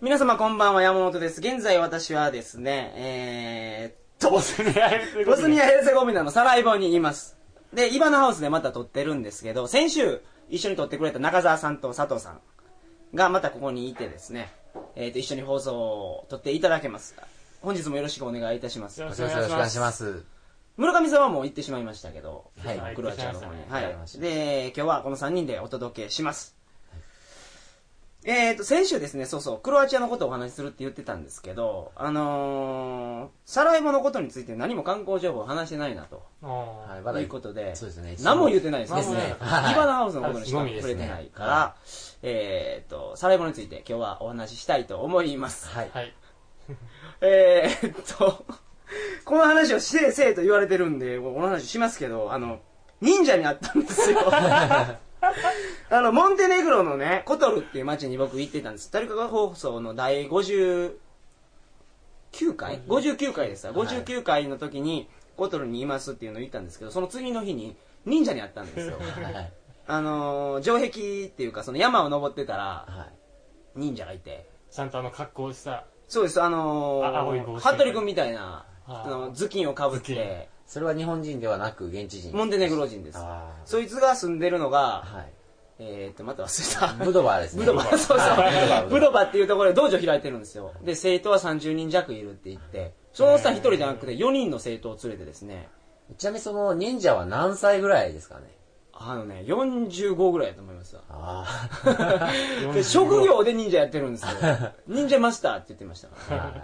皆様こんばんは、山本です。現在私はですね、えーっと、ボスニアヘル ツェゴビナボスニア・ヘルツェゴビナのサライボにいます。で、イバナハウスでまた撮ってるんですけど、先週一緒に撮ってくれた中澤さんと佐藤さんがまたここにいてですね、えーっと、一緒に放送を撮っていただけます。本日もよろしくお願いいたしますよ。ろしくよおろしくお願願いいししまます。村上さんはもう行ってしまいましたけど、はいクロアチアの方に。ははい行ってしまいましい。たで、今日はこの3人でお届けします。えーと、先週ですね、そうそう、クロアチアのことをお話しするって言ってたんですけど、あのー、サラエボのことについて何も観光情報を話してないなと。あはい、ーまだということで、そうですね何も言ってないですね。ですねイはいバナハウスのことにしかあすごいです触ねれてないから、えーと、サラエボについて今日はお話ししたいと思います。はい。はい。えーっと、この話をせいせいと言われてるんで、この話しますけど、あの、忍者に会ったんです よ。あの、モンテネグロのね、コトルっていう街に僕行ってたんです。トリカゴ放送の第59回 ?59 回でした。はい59回の時に、コトルにいますっていうのを言ったんですけど、その次の日に忍者に会ったんですよ。はい。あのー、城壁っていうか、その山を登ってたら、はい。忍者がいて、ちゃんとあの格好をした。そうです、あのあ青いー、帽子服部君みたいな、あーあの頭巾をかぶっ頭巾て、それは日本人ではなく、現地人。モンテネグロ人です。あーそいつが住んでるのが、はい。えーっと、また忘れブた。ドバーですね。 ブドバ、そうそうはい。ブドバっていうところで道場開いてるんですよ。で、生徒は30人弱いるって言って、その下一人じゃなくて4人の生徒を連れてですね、ちなみにその忍者は何歳ぐらいですかねあのね、45ぐらいだと思いますわあで職業で忍者やってるんです よ。忍者マスターって言ってましたからね あ。は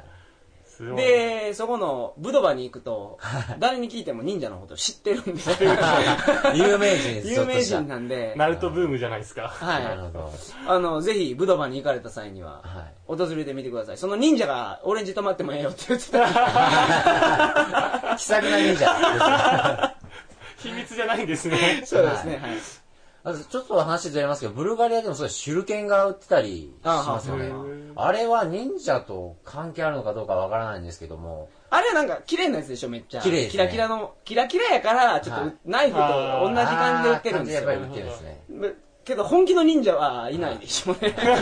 すごい。で、そこのブドバに行くと、誰に聞いても忍者のこと知ってるんですよ。 い有名人です。有名人ちょっなんで、ナルトブームじゃないですか。 とはしたなるい。ほど。あの、ぜひ、ブドバに行かれた際には、はい訪れてみてください。その忍者が、オレンジ止まってもええよって言ってた。気さくな忍者。秘密じゃないんです ね。そうですね、はい。あとちょっと話ずれますけど、ブルガリアでもそういう手裏剣が売ってたりしますよねあはい。あれは忍者と関係あるのかどうかわからないんですけども、あれはなんか、綺麗なやつでしょ、めっちゃ。綺麗ですねキラキラの、キラキラやから、ちょっはとい、ナイフと同じ感じで売ってるんですあー感じやっぱり売よ。ってるんですね。ぶけど、本気の忍者はいないでしょうね。 結局、密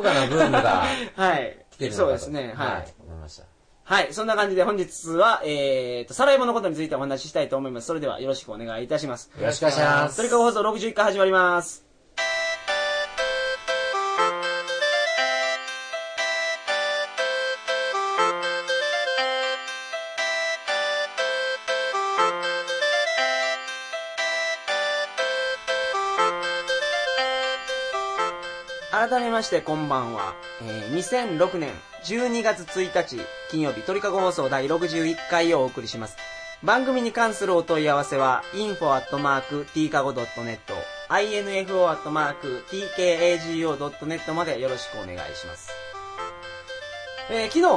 かなブームがはい。来てるのかと。そうですね、はい。思いました。はい、そんな感じで本日は、えーと、サラエボのことについてお話ししたいと思います。それではよろしくお願いいたします。よろしくお願いしますトリカゴ放送61回始まります。改めましてこんばんは、えー2006年12月1日金曜日鳥かご放送第61回をお送りします番組に関するお問い合わせは info.tkago.net info.tkago.net までよろしくお願いします、えー昨日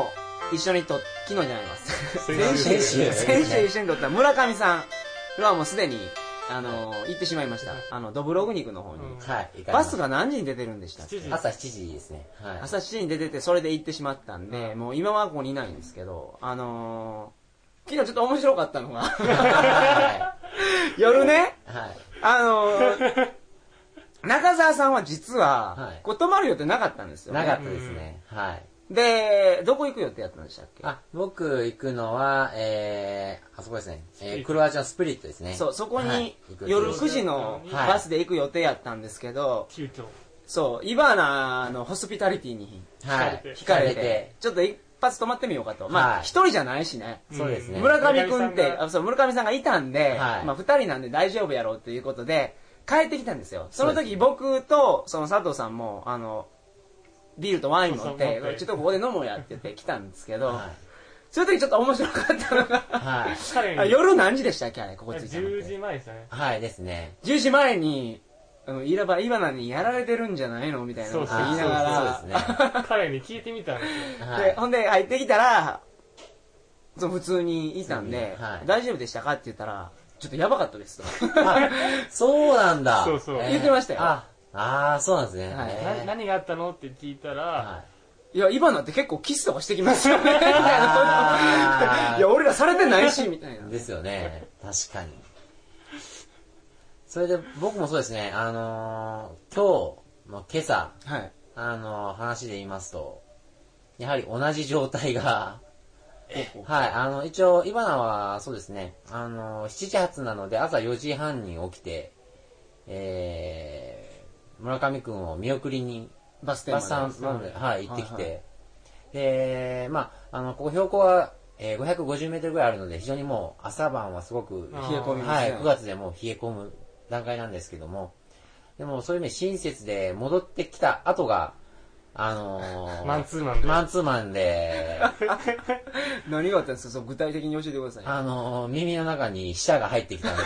一緒にと昨日じゃないます先週先週一緒に撮った村上さんはもうすでにあのー行ってしまいましたあのドブログ肉の方に、うんはい。行かれまバしスたが何時に出てるんでしたっけ7時。朝7時ですね。はい。朝7時に出ててそれで行ってしまったんで、もう今はここにいないんですけどあのー、昨日ちょっと面白かったの がは夜ねい。はい。あのー、 中澤さんは実は、はいこう泊まる予定なかったんですよ、ね、なかったですね。はい。でどこ行く予定やったんでしたっけあ、僕行くのは、えー、あそこですね。えー、クロアチアのスプリットですね。そうそこはにい行く予定夜です9時のはいバスで行く予定やったんですけど、急遽。そうイバーナのホスピタリティにはい。惹かれて惹かれてちょっと一発泊まってみようかとまはあい一、人じゃないしねそうですね村上君って、村上さんがあそう村上さんがいたんで、はいまあ、2人なんで大丈夫やろうということで、帰ってきたんですよ。そのそうで時、僕とその佐藤さんも、あの、ビールとワイン持っそうそてう持って、ちょっとここで飲もうやって言って来たんですけど、はその時ちょっと面白かったのい。が、はい。彼あに夜何時でしたっけあれ、ここ着いたのっ10て。時前ですね。はいですね。 10時前に、あの、いらば、イバナにやられてるんじゃないのみたいなことそう言いながら、あーそうで彼に聞いてみたんですよ。すね。ではい。ほんで入ってきたらそう普通にいたんで、普通にはい大丈夫でしたかって言ったらちょっとやばかったですと あそうなんだ。そうそう言ってましたよあ、あーそうなんですね。はい えなー何があったのって聞いたら、はいいや今なんて結構キスとかしてきますよねみたいなあ ーいや俺らされてないしみたいなですよね。確かに。それで僕もそうですね、あのー、今日、まあ、今朝、はいあの、話で言いますと、やはり同じ状態が、はい、あの、一応、イバナは、そうですね、あの、7時発なので、朝4時半に起きて、えー、村上くんを見送りに、バス停まバでスさんまで、はい、行ってきはいはて、で、まあ、あの、ここ標高は、えー、550メートルぐらいあるので、非常にもう、朝晩はすごくあー冷え込みまはすい、ね9月でもう冷え込む段階なんですけども、でもそういう意味で親切で戻ってきた後が、あのーマンツーマンでマンツーマンで、何があったんですかそう具体的に教えてくださいあのー耳の中に舌が入ってきたので、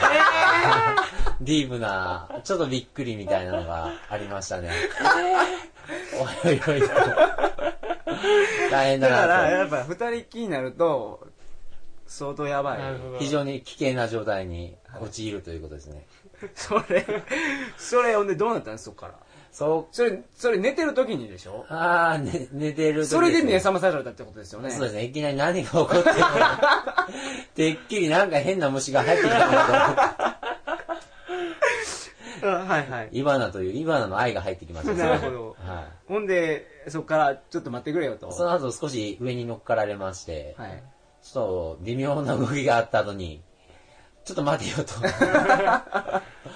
ディープな、ちょっとびっくりみたいなのがありましたね。おいおいおいと。大変だだかなと。らやっぱ二人っきりになると相当やばいなるほど。非常に危険な状態に陥るということですね。それそれほんでどうなったんですそっからそそれそれ寝てる時にでしょう、ああ、ね、寝てる時それです目覚まされたってことですよねそうですね、いきなり何が起こってるのか。てっきりなんか変な虫が入ってきたのかと思っうんはいはいて、イバナという、イバナの愛が入ってきましたねなるほどはほんでそっからちょっと待ってくれよとい。その後少し上に乗っかられまして、はいちょっと微妙な動きがあった後に、ちょっと待てよと。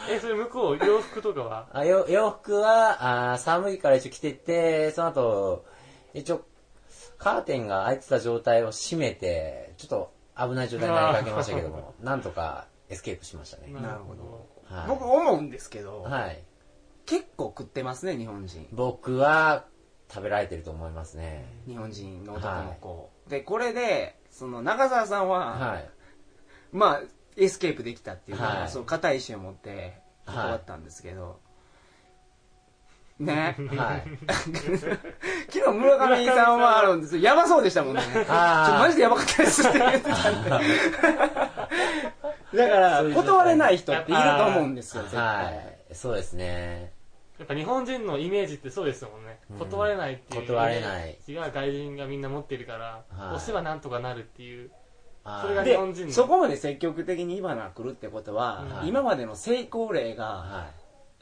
え、それ向こう、洋服とか はあよ洋服はあー寒いから一応着てて、その後、一応、カーテンが開いてた状態を閉めて、ちょっと危ない状態になりかけましたけども、なんとかエスケープしましたね。なるほど。はい、僕思うんですけどはい。結構食ってますね日本人僕は食べられてると思いますね。日本人の男の子でこれでその中澤さんははい。まあエスケープできたっていうかはいその固い意志を持って終わったんですけどねはい。 昨日村上さんはあるんですよやばそうでしたもんね あーちょマジでやばかったですって言ってたんで だからそういう状態断れない人っていると思うんですよ絶対、はい。そうですね。やっぱ日本人のイメージってそうですもんね。うん断れないっていう。断れない。が外人がみんな持ってるから、はい押せばなんとかなるっていう。はいそれがで日本人のそこまで積極的に今な来るってことは、はい今までの成功例がは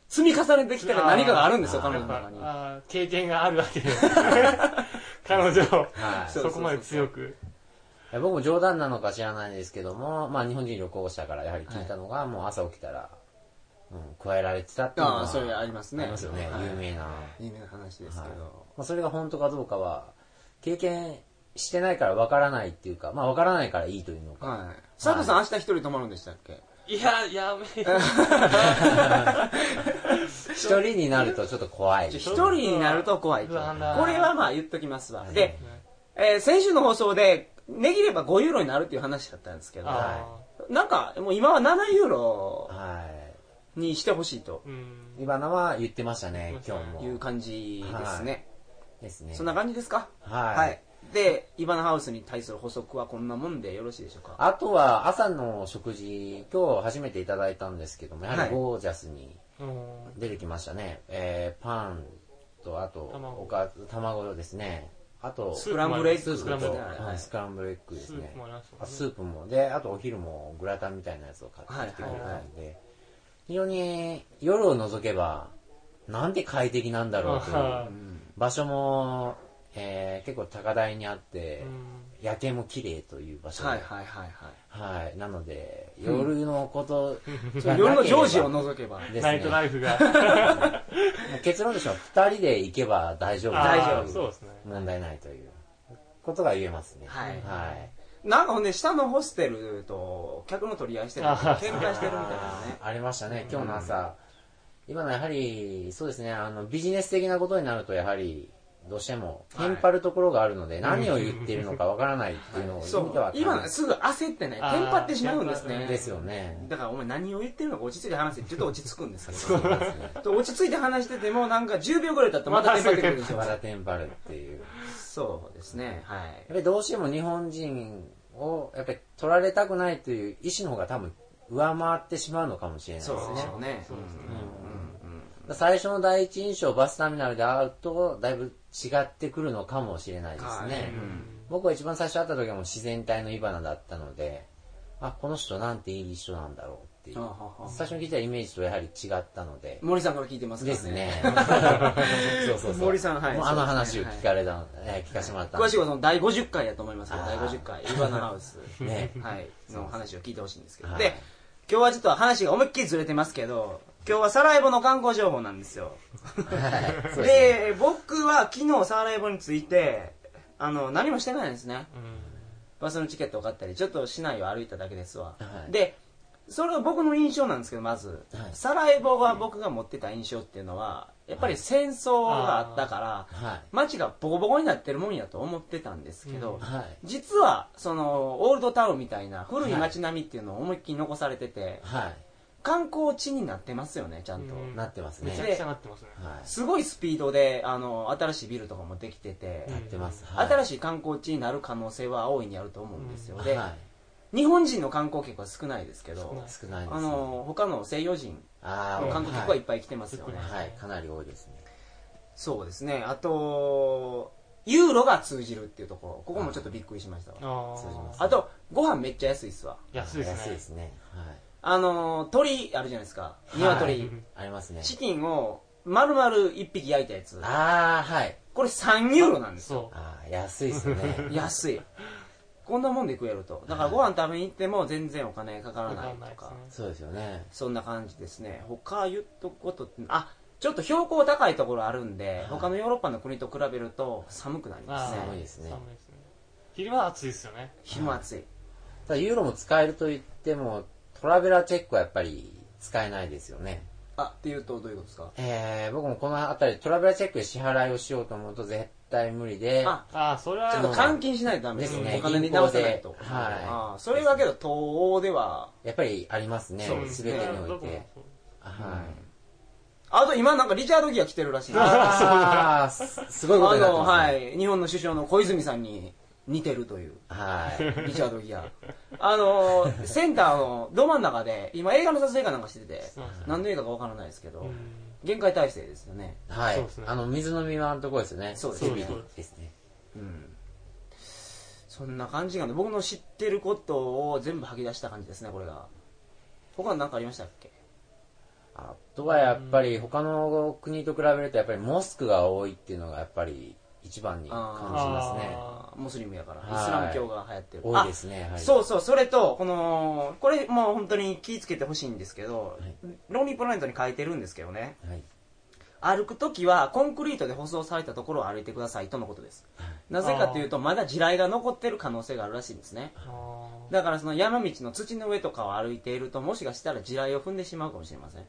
積み重ねてきたら何かがあるんですよあー彼や女っのぱ中、にあー経験があるわけです。彼女を、い。はい。そうそこまで強く。いや僕も冗談なのか知らないですけども、まあ日本人旅行者からやはり聞いたのが、もう朝起きたら、うん、加えられてたっていうのはああそれありますねありますよね、はい有名な。有名な話ですけど、はいまあ、それが本当かどうかは、経験してないからわからないっていうか、まあわからないからいいというのか。はい。佐藤さん、明日一人泊まるんでしたっけいや、やめよ。一人になるとちょっと怖い。一人になると怖いと。不こ安だれはまあ言っときますわ。はいで、えー先週の放送で、値切れば5ユーロになるっていう話だったんですけど、あなんか、もう今は7ユーロはにしてほしいとーうんい。イバナは言ってましたね言っ、て今まし日たねも。いう感じですね。ですね。そんな感じですかはい。で、イバナハウスに対する補足はこんなもんでよろしいでしょうかあとは朝の食事、今日初めていただいたんですけども、やははいりゴージャスにうん出てきましたね。えー、パンと、あと、卵おかず、卵ですね。あと、ススクランブルエッグスクランブルエッグはいスクランブルエッグですねスープもありますもんねあスープもであとお昼もグラタンみたいなやつを買ってきてくれたんで、非常に夜を除けばなんて快適なんだろうというあ場所も、えー結構高台にあってー、うん夜景も綺麗という場所で、ははいいはいはいはなので夜のことい。がなければ夜のジョージを除けば。ですナイねトライフが。もう結論としては2人で行けば大丈夫大丈あー夫そうですね。問題ないということが言えますねはいはいなんかほんで、下のホステルと客の取り合いしてるあ喧ー嘩してるみたいなね。あーありましたね、今日の朝、今のやはり、そうですねあの、ビジネス的なことになると、やはり、どうしても、テンパるところがあるので、何を言っているのかわからないっていうのを、 そう、今ですぐ焦ってね、テンあーパってしまうんですね。ですよね。だからお前何を言ってるのか落ち着いて話せって言うと落ち着くんですけ そうですね。ど、落ち着いて話しててもなんか10秒ぐらい経ったらまたテンパってくるんですよま。だテンパるっていう。やそうですね、はっぱりどうしても日本人を、やっぱり取られたくないという意思の方が多分、上回ってしまうのかもしれないい。ですそうね。でしょうね。そうですねうんうんうん最初の第一印象、バスターミナルで会うと、だいぶ違ってくるのかもしれないですはねい。僕は一番最初会った時はもう自然体のイバナだったので、あ、この人なんていい人なんだろうっていうあはあはあ最初に聞いたイメージとやはり違ったので森さんから聞いてますかでらすねそうそうそう森さんはいもうあのそうです話ねを聞かれたので、えー聞かせてもらったん詳でしくはその第50回やと思いますけどあー第50回イバナハウス、 ねはい、の話を聞いてほしいんですけど、はいで今日はちょっと話が思いっきりずれてますけど今日はサラエボの観光情報なんですよはいでそうですね僕は昨日サラエボについてあの何もしてないんですねバスのチケットを買ったりちょっと市内を歩いただけですわ、はいでそれは僕の印象なんですけどまず、はいサラエボが僕が持ってた印象っていうのはやっぱり戦争があったから、は街がボコボコになってるもんやと思ってたんですけど、いはい実はそのオールドタウンみたいな古い街並みっていうのを思いっきり残されてて、は観光地になってますよねちゃんと、うんいなってますめねちゃくちゃなってますね。はいすごいスピードであの新しいビルとかもできてて、うんなってます新ししい観光地になる可能性は大いにあると思うんですよ、いで、はい日本人の観光客は少ないですけど少ないですねあの他の西洋人あのー観光客はいっぱい来てますよね、はいはいかなり多いですねそうですねあとユーロが通じるっていうところここもちょっとびっくりしましたわあ通じますあ。あとご飯めっちゃ安いっすわ安いですね。安いですねはいあのー鳥あるじゃないですかは鶏、いありますねチキンを丸々1匹焼いたやつああはいこれ3ユーロなんですよそあー安いっすね 安いこんなもんで食えるとだからご飯食べに行っても全然お金かかう。らないわとかかんないですねそうですよねそんな感じですね他言っとくことってあちょっと標高高いところあるんで、はい他のヨーロッパの国と比べると寒くなりますあー寒ねいですね寒いですね。昼は暑いですよね。昼も暑いただユーロも使えると言ってもトラベラーチェックはやっぱり使えないですよねあっていうとどういうことですかえー、僕もこの辺りトラベラーチェックで支払いをしようと思うと絶対無理であああ、それはちょっと換金しないとダメですですねねお金に直さないと銀行ではいあーそれはけど東欧ではやっぱりありますねそうです全ねてにうんおどいこもてそうはあと今なんかリチャード・ギア来てるらしいいあああすすごいことになっての、ますはねい、日本の首相の小泉さんに似てると いう、はいはいリチャード・ギア。あの、センターのど真ん中で、今映画の撮影かなんかしてて、そうですね何の映画かわからないですけどうん、限界体制ですよね。はい、そうですねあの水飲み場のところですよねそうですテレビそうですですねうん。そんな感じがね、僕の知ってることを全部吐き出した感じですね、これが。他何かありましたっけあとはやっぱり他の国と比べるとやっぱりモスクが多いっていうのがやっぱり一番に感じますねあームスリムやから、イはいスラム教が流行ってる。多いですねやはりそうそう、それと、この、これもう本当に気ぃつけてほしいんですけど、はいローニープラネットに書いてるんですけどね、はい歩くときはコンクリートで舗装されたところを歩いてくださいとのことです。なぜかというと、まだ地雷が残ってる可能性があるらしいんですね。あだからその山道の土の上とかを歩いていると、もしかしたら地雷を踏んでしまうかもしれません。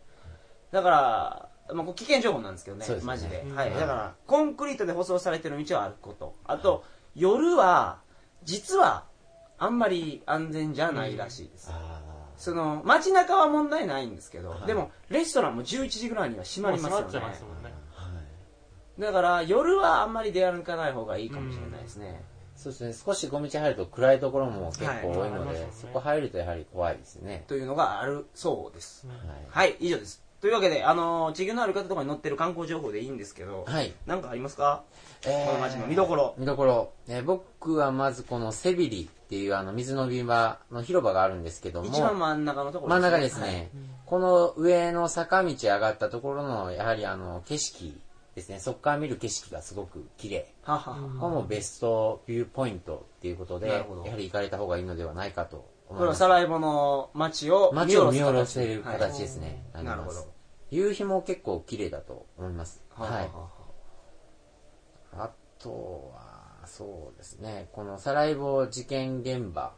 だから、まあ、これ危険情報なんですけどね、そうですねマジで。うんはい。だから、コンクリートで舗装されてる道を歩くこと。あと、夜は、実は、あんまり安全じゃないらしいです。あその街中は問題ないんですけど、はいでもレストランも11時ぐらいにはー閉まりますよもう閉まっちゃねいますもんーね。はいだから夜はあんまり出歩かない方がいいかもしれないですね、そうですね少し小道入ると暗いところも結構多いのはいで、まあそこ入るとやはり怖いですね、というのがあるそうですはいはい以上ですというわけで、あのー地球のある方とかに載ってる観光情報でいいんですけど、はいなんかありますかえこの街の見どころ見どころ、えー僕はまずこのセビリっていうあの水のビーバーの広場があるんですけども一番真ん中のところ真ん中ですね、この上の坂道上がったところのやはりあの景色ですねそこから見る景色がすごく綺麗はいはははうんここもベストビューポイントっていうことでなやるほどはり行かれた方がいいのではないかと思こいれまはすサラエボの街を街を見下ろ形せるはい形ですね、はいなりなまるすほど夕日も結構綺麗だと思いますははははいあとは、そうですね、このサラエボ事件現場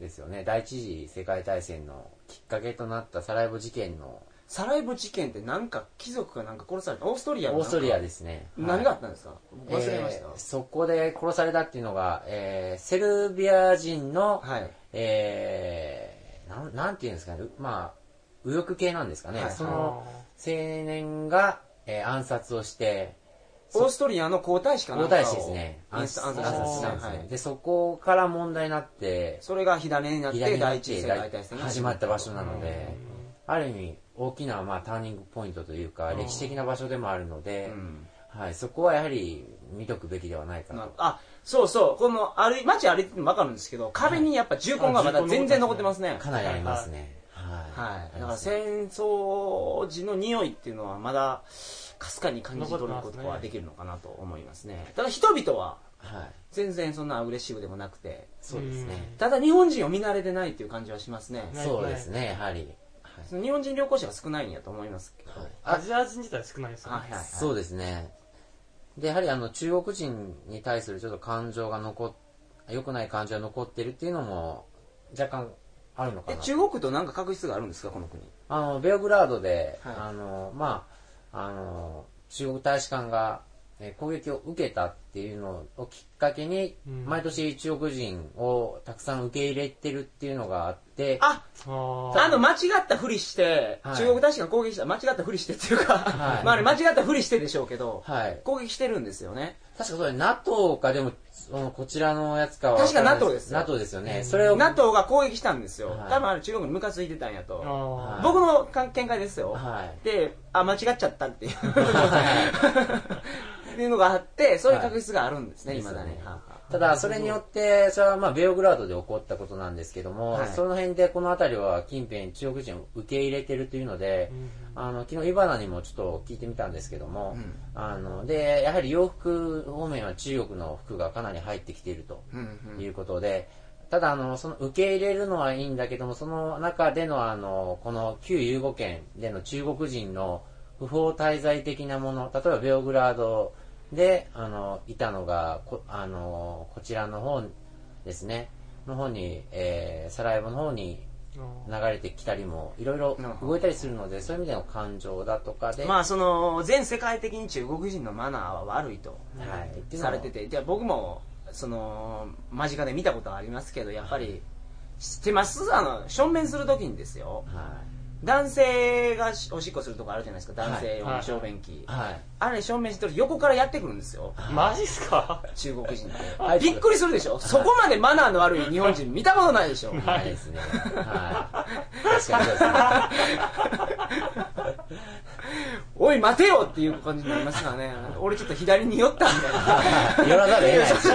ですよね、第一次世界大戦のきっかけとなったサラエボ事件のサラエボ事件ってなんか貴族がなんか殺されたオーストリアのオーストリアでですね。何があったんですか、はい忘れました、えーそこで殺されたっていうのが、えーセルビア人の、はいえーなん、なんていうんですかね、うまあ、右翼系なんですかね、はいその青年が、えー暗殺をして、オーストリアの皇太子かな皇んかを太子ですね、暗暗殺殺暗暗殺殺ししたんでねたんですすね。はいで、そこから問題になって、それが火種になって左第一次世界大戦が始まった場所なうんので、ある意味大きな、まあ、ターニングポイントというか、うん歴史的な場所でもあるのうで、んはい、そこはやはり見とくべきではないかなると。あそうそうこの歩い街歩いてても分かるんですけど壁にやっぱ銃痕がまだ全然残ってますねかなりありますね。はい。はい。だありからますね戦争時の匂いっていうのはまだ、かすかに感じ取ることはできるのかなと思いますね。ただ人々は、はい。全然そんなアグレッシブでもなくて、そうですね。ただ日本人を見慣れてないっていう感じはしますね。ないそうですね、やはり。はいその日本人旅行者が少ないんやと思いますけど。はいアジア人自体少ないですよはいね。はいはい。そうですね。で、やはりあの中国人に対するちょっと感情が残っ、良くない感情が残ってるっていうのも若干あるのかえな。中国となんか確執があるんですか、この国。あの、ベオグラードで、はいあの、まあ、あの、中国大使館がえー攻撃を受けたっていうのをきっかけに、うん毎年中国人をたくさん受け入れてるっていうのがあって、あああの、間違ったふりして、はい中国大使が攻撃した、間違ったふりしてっていうか、はいまああれ間違ったふりしてでしょうけど、はい。攻撃してるんですよね。確かそれ NATO かでも、そのこちらのやつかは。確か NATO ですよ NATO ですよね。うんそれを、 NATO が攻撃したんですよ。はい多分あれ中国にムカついてたんやあと。ーはい僕のかん見解ですよ。はい。で、あ、間違っちゃったっていう。 っていうのがあって、そういう確執があるんですね、はい今だでねす。よねはあはただ、それによって、それはまあ、ベオグラードで起こったことなんですけども、はいその辺でこの辺りは近辺中国人を受け入れてるというので、あの、昨日、イバナにもちょっと聞いてみたんですけどあも、うんあの、で、やはり洋服方面は中国の服がかなり入ってきているとうんうんいうことで、ただ、あの、その受け入れるのはいいんだけども、その中での、あの、この旧ユーゴ圏での中国人の不法滞在的なもの、例えばベオグラードで、あの、いたのが、こあの、こちらの方ですね、の方に、えーサラエボの方に流れてきたりも、いろいろ動いたりするので、そういう意味での感情だとかで、まあ、その、全世界的に中国人のマナーは悪いと。はい、っていうのさはれてて、じゃあ僕も、その、間近で見たことはありますけど、やっぱり、知ってますあの、正面するときにですよ。は男性がしおしっこするとこあるじゃないですか、男性用の小便器。い。はい。あれ正面してると横からやってくるんですよ。マジっすか中国人って、はいびっくりするでしょそこまでマナーの悪い日本人見たことないでしょないですね。はい。確かにそうですね。 おい待てよっていう感じになりますからね俺ちょっと左に寄ったみたいな寄らざるを得ないですよ。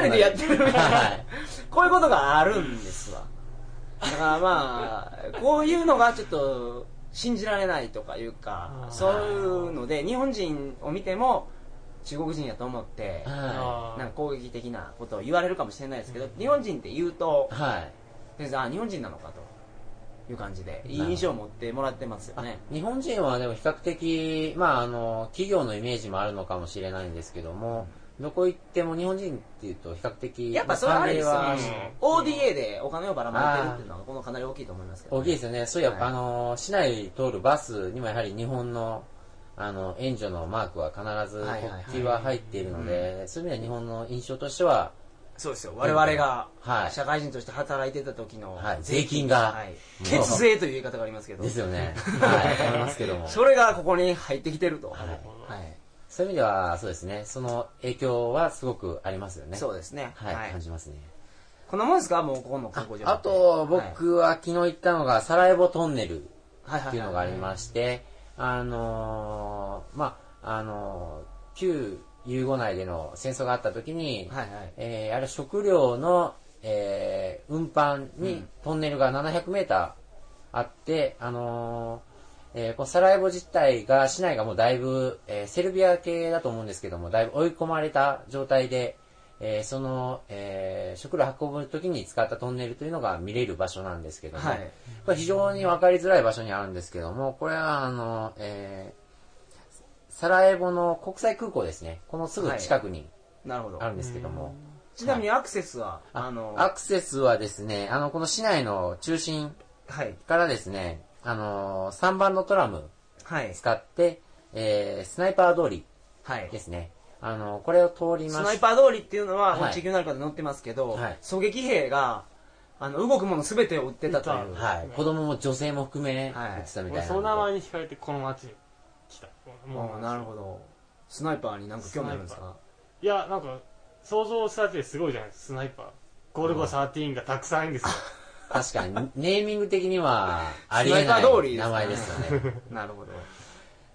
2人でやってるみたいはないこういうことがあるんですわだからまあこういうのがちょっと信じられないとかいうかあーそういうので日本人を見ても中国人やと思ってあはーなんか攻撃的なことを言われるかもしれないですけど日本人って言うとい。はい。先生あ日本人なのかという感じでいい印象を持ってもらってますよね日本人はでも比較的、まあ、あの、企業のイメージもあるのかもしれないんですけども、どこ行っても日本人っていうと比較的、やっぱそれはあれですよ関連はね ODA でお金をばらまいてるっていうのはこのかなり大きいと思いますけど、大きいですよね。そういや、はいあの、市内通るバスにもやはり日本の、あの、援助のマークは必ず、はいはいはい国旗は入っているので、そういう意味では日本の印象としては、そうですよ我々がはい社会人として働いてた時のはい税金がはいもう血税という言い方がありますけどです よね。はい、思いますけども。それがここに入ってきてると、はいはいそういう意味では、そうですね。その影響はすごくありますよね。そうですね、はい、感じますね。こんなもんですかもうここの観光所あと、僕は昨日行ったのが、サラエボトンネルはいっていうのがありまして、あのー、まあ、あのー、旧ユーゴ内での戦争があった時に、はいはいえーあれ食料の、えー運搬にトンネルが700メーターあって、あのーえーこのサラエボ自体が、市内がもうだいぶ、えーセルビア系だと思うんですけども、だいぶ追い込まれた状態で、えーその、えー食料運ぶ時に使ったトンネルというのが見れる場所なんですけども、はいこれ非常に分かりづらい場所にあるんですけども、これはあの、えーサラエボの国際空港ですね。このすぐ近くになるほどあるんですけども、ちなみにアクセスはあのアクセスはですね、あの、この市内の中心はいからですね、あのー、3番のトラムはい使って、えー、スナイパー通りはいですね。あのー、これを通りまスナイしパー通りっていうのは、はいこっち級なんかで載ってますけど、はい狙撃兵が、あの、動くもの全てを撃ってたという。はい。子供も女性も含め、はい撃ってたみたい俺な。その名前に惹かれてこの街に来た。もうなるど。ほど。スナイパーになんか興味あるんですスナかいや、なんか、想像しただけですごいじゃないですか、スナイパー。ゴルゴ13がたくさんいるんですよ。確かに、ネーミング的には、あり えスなナイパー通りいですね名前ですよね。 なるほど。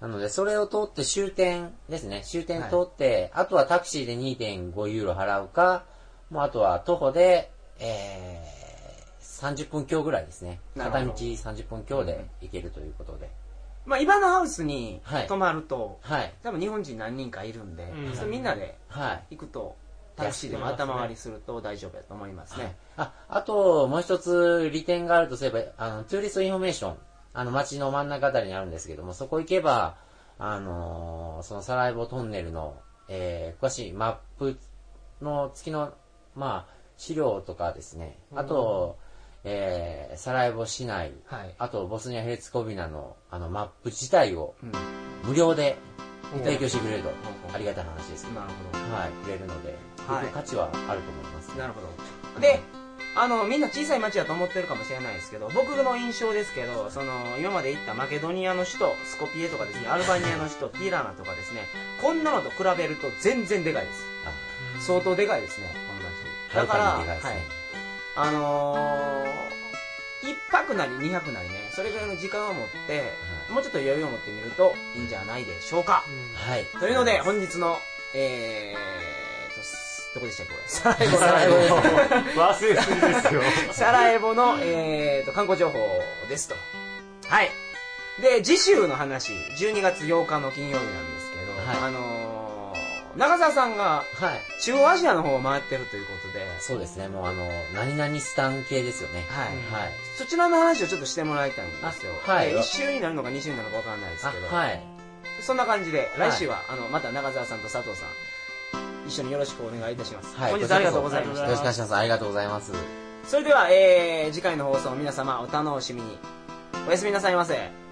なので、それを通って終点ですね。終点通って、あとはタクシーで2.5ユーロ払うか、もうあとは徒歩で、えー、 30分強ぐらいですね。なる片ほ道ど30分強で行けるということで。まあ、イバナハウスにはい泊まると、はい。多分日本人何人かいるんで、うんそれみんなではい。行くと、タクシーでも安くなりますね頭回りすると大丈夫やと思いますね。あ、あと、もう一つ利点があるとすれば、あの、トゥーリストインフォメーション、あの、街の真ん中あたりにあるんですけども、そこ行けば、あのーそのサラエボトンネルの、えー詳しいマップの付きの、まあ、資料とかですね、あと、えーサラエボ市内、はい。あと、ボスニア・ヘルツェゴビナの、あの、マップ自体をうん。無料でうん提供してくれるとう、んありがたい話ですけど、なるはい、くれるので、はい行く価値はあると思います、ほど。なるほど。で、あの、みんな小さい町だと思ってるかもしれないですけど、僕の印象ですけど、その、今まで行ったマケドニアの首都、スコピエとかですね、アルバニアの首都、ティラナとかですね、こんなのと比べると全然でかいです。あ相当でかいですね、この街。だから、はるにでかいですねはい。あのー、一泊なり二泊なりね、それぐらいの時間を持って、もうちょっと余裕を持ってみるといいんじゃないでしょうか。はい。というので、本日の、えーと、すどこでしたっけこれ。サラエボ、サラエボうん 忘れすぎですよ。サラエボの、えーと、観光情報ですと。はい。で、次週の話、12月8日の金曜日なんですけど、はいあのー、中澤さんがはい。中央アジアの方を回ってるということで、そうですね、もうあの、何々スタン系ですよね。はい。はい。そちらの話をちょっとしてもらいたいんですよ。あはい1週になるのか2週になるのかわからないですけど、あ、はい。そんな感じで、はい来週は、あの、また中澤さんと佐藤さん、一緒によろしくお願いいたします。はい本日はありがとうございましよたろ。しくお願いします。ありがとうございます。それでは、えー、次回の放送皆様お楽しみに。おやすみなさいませ。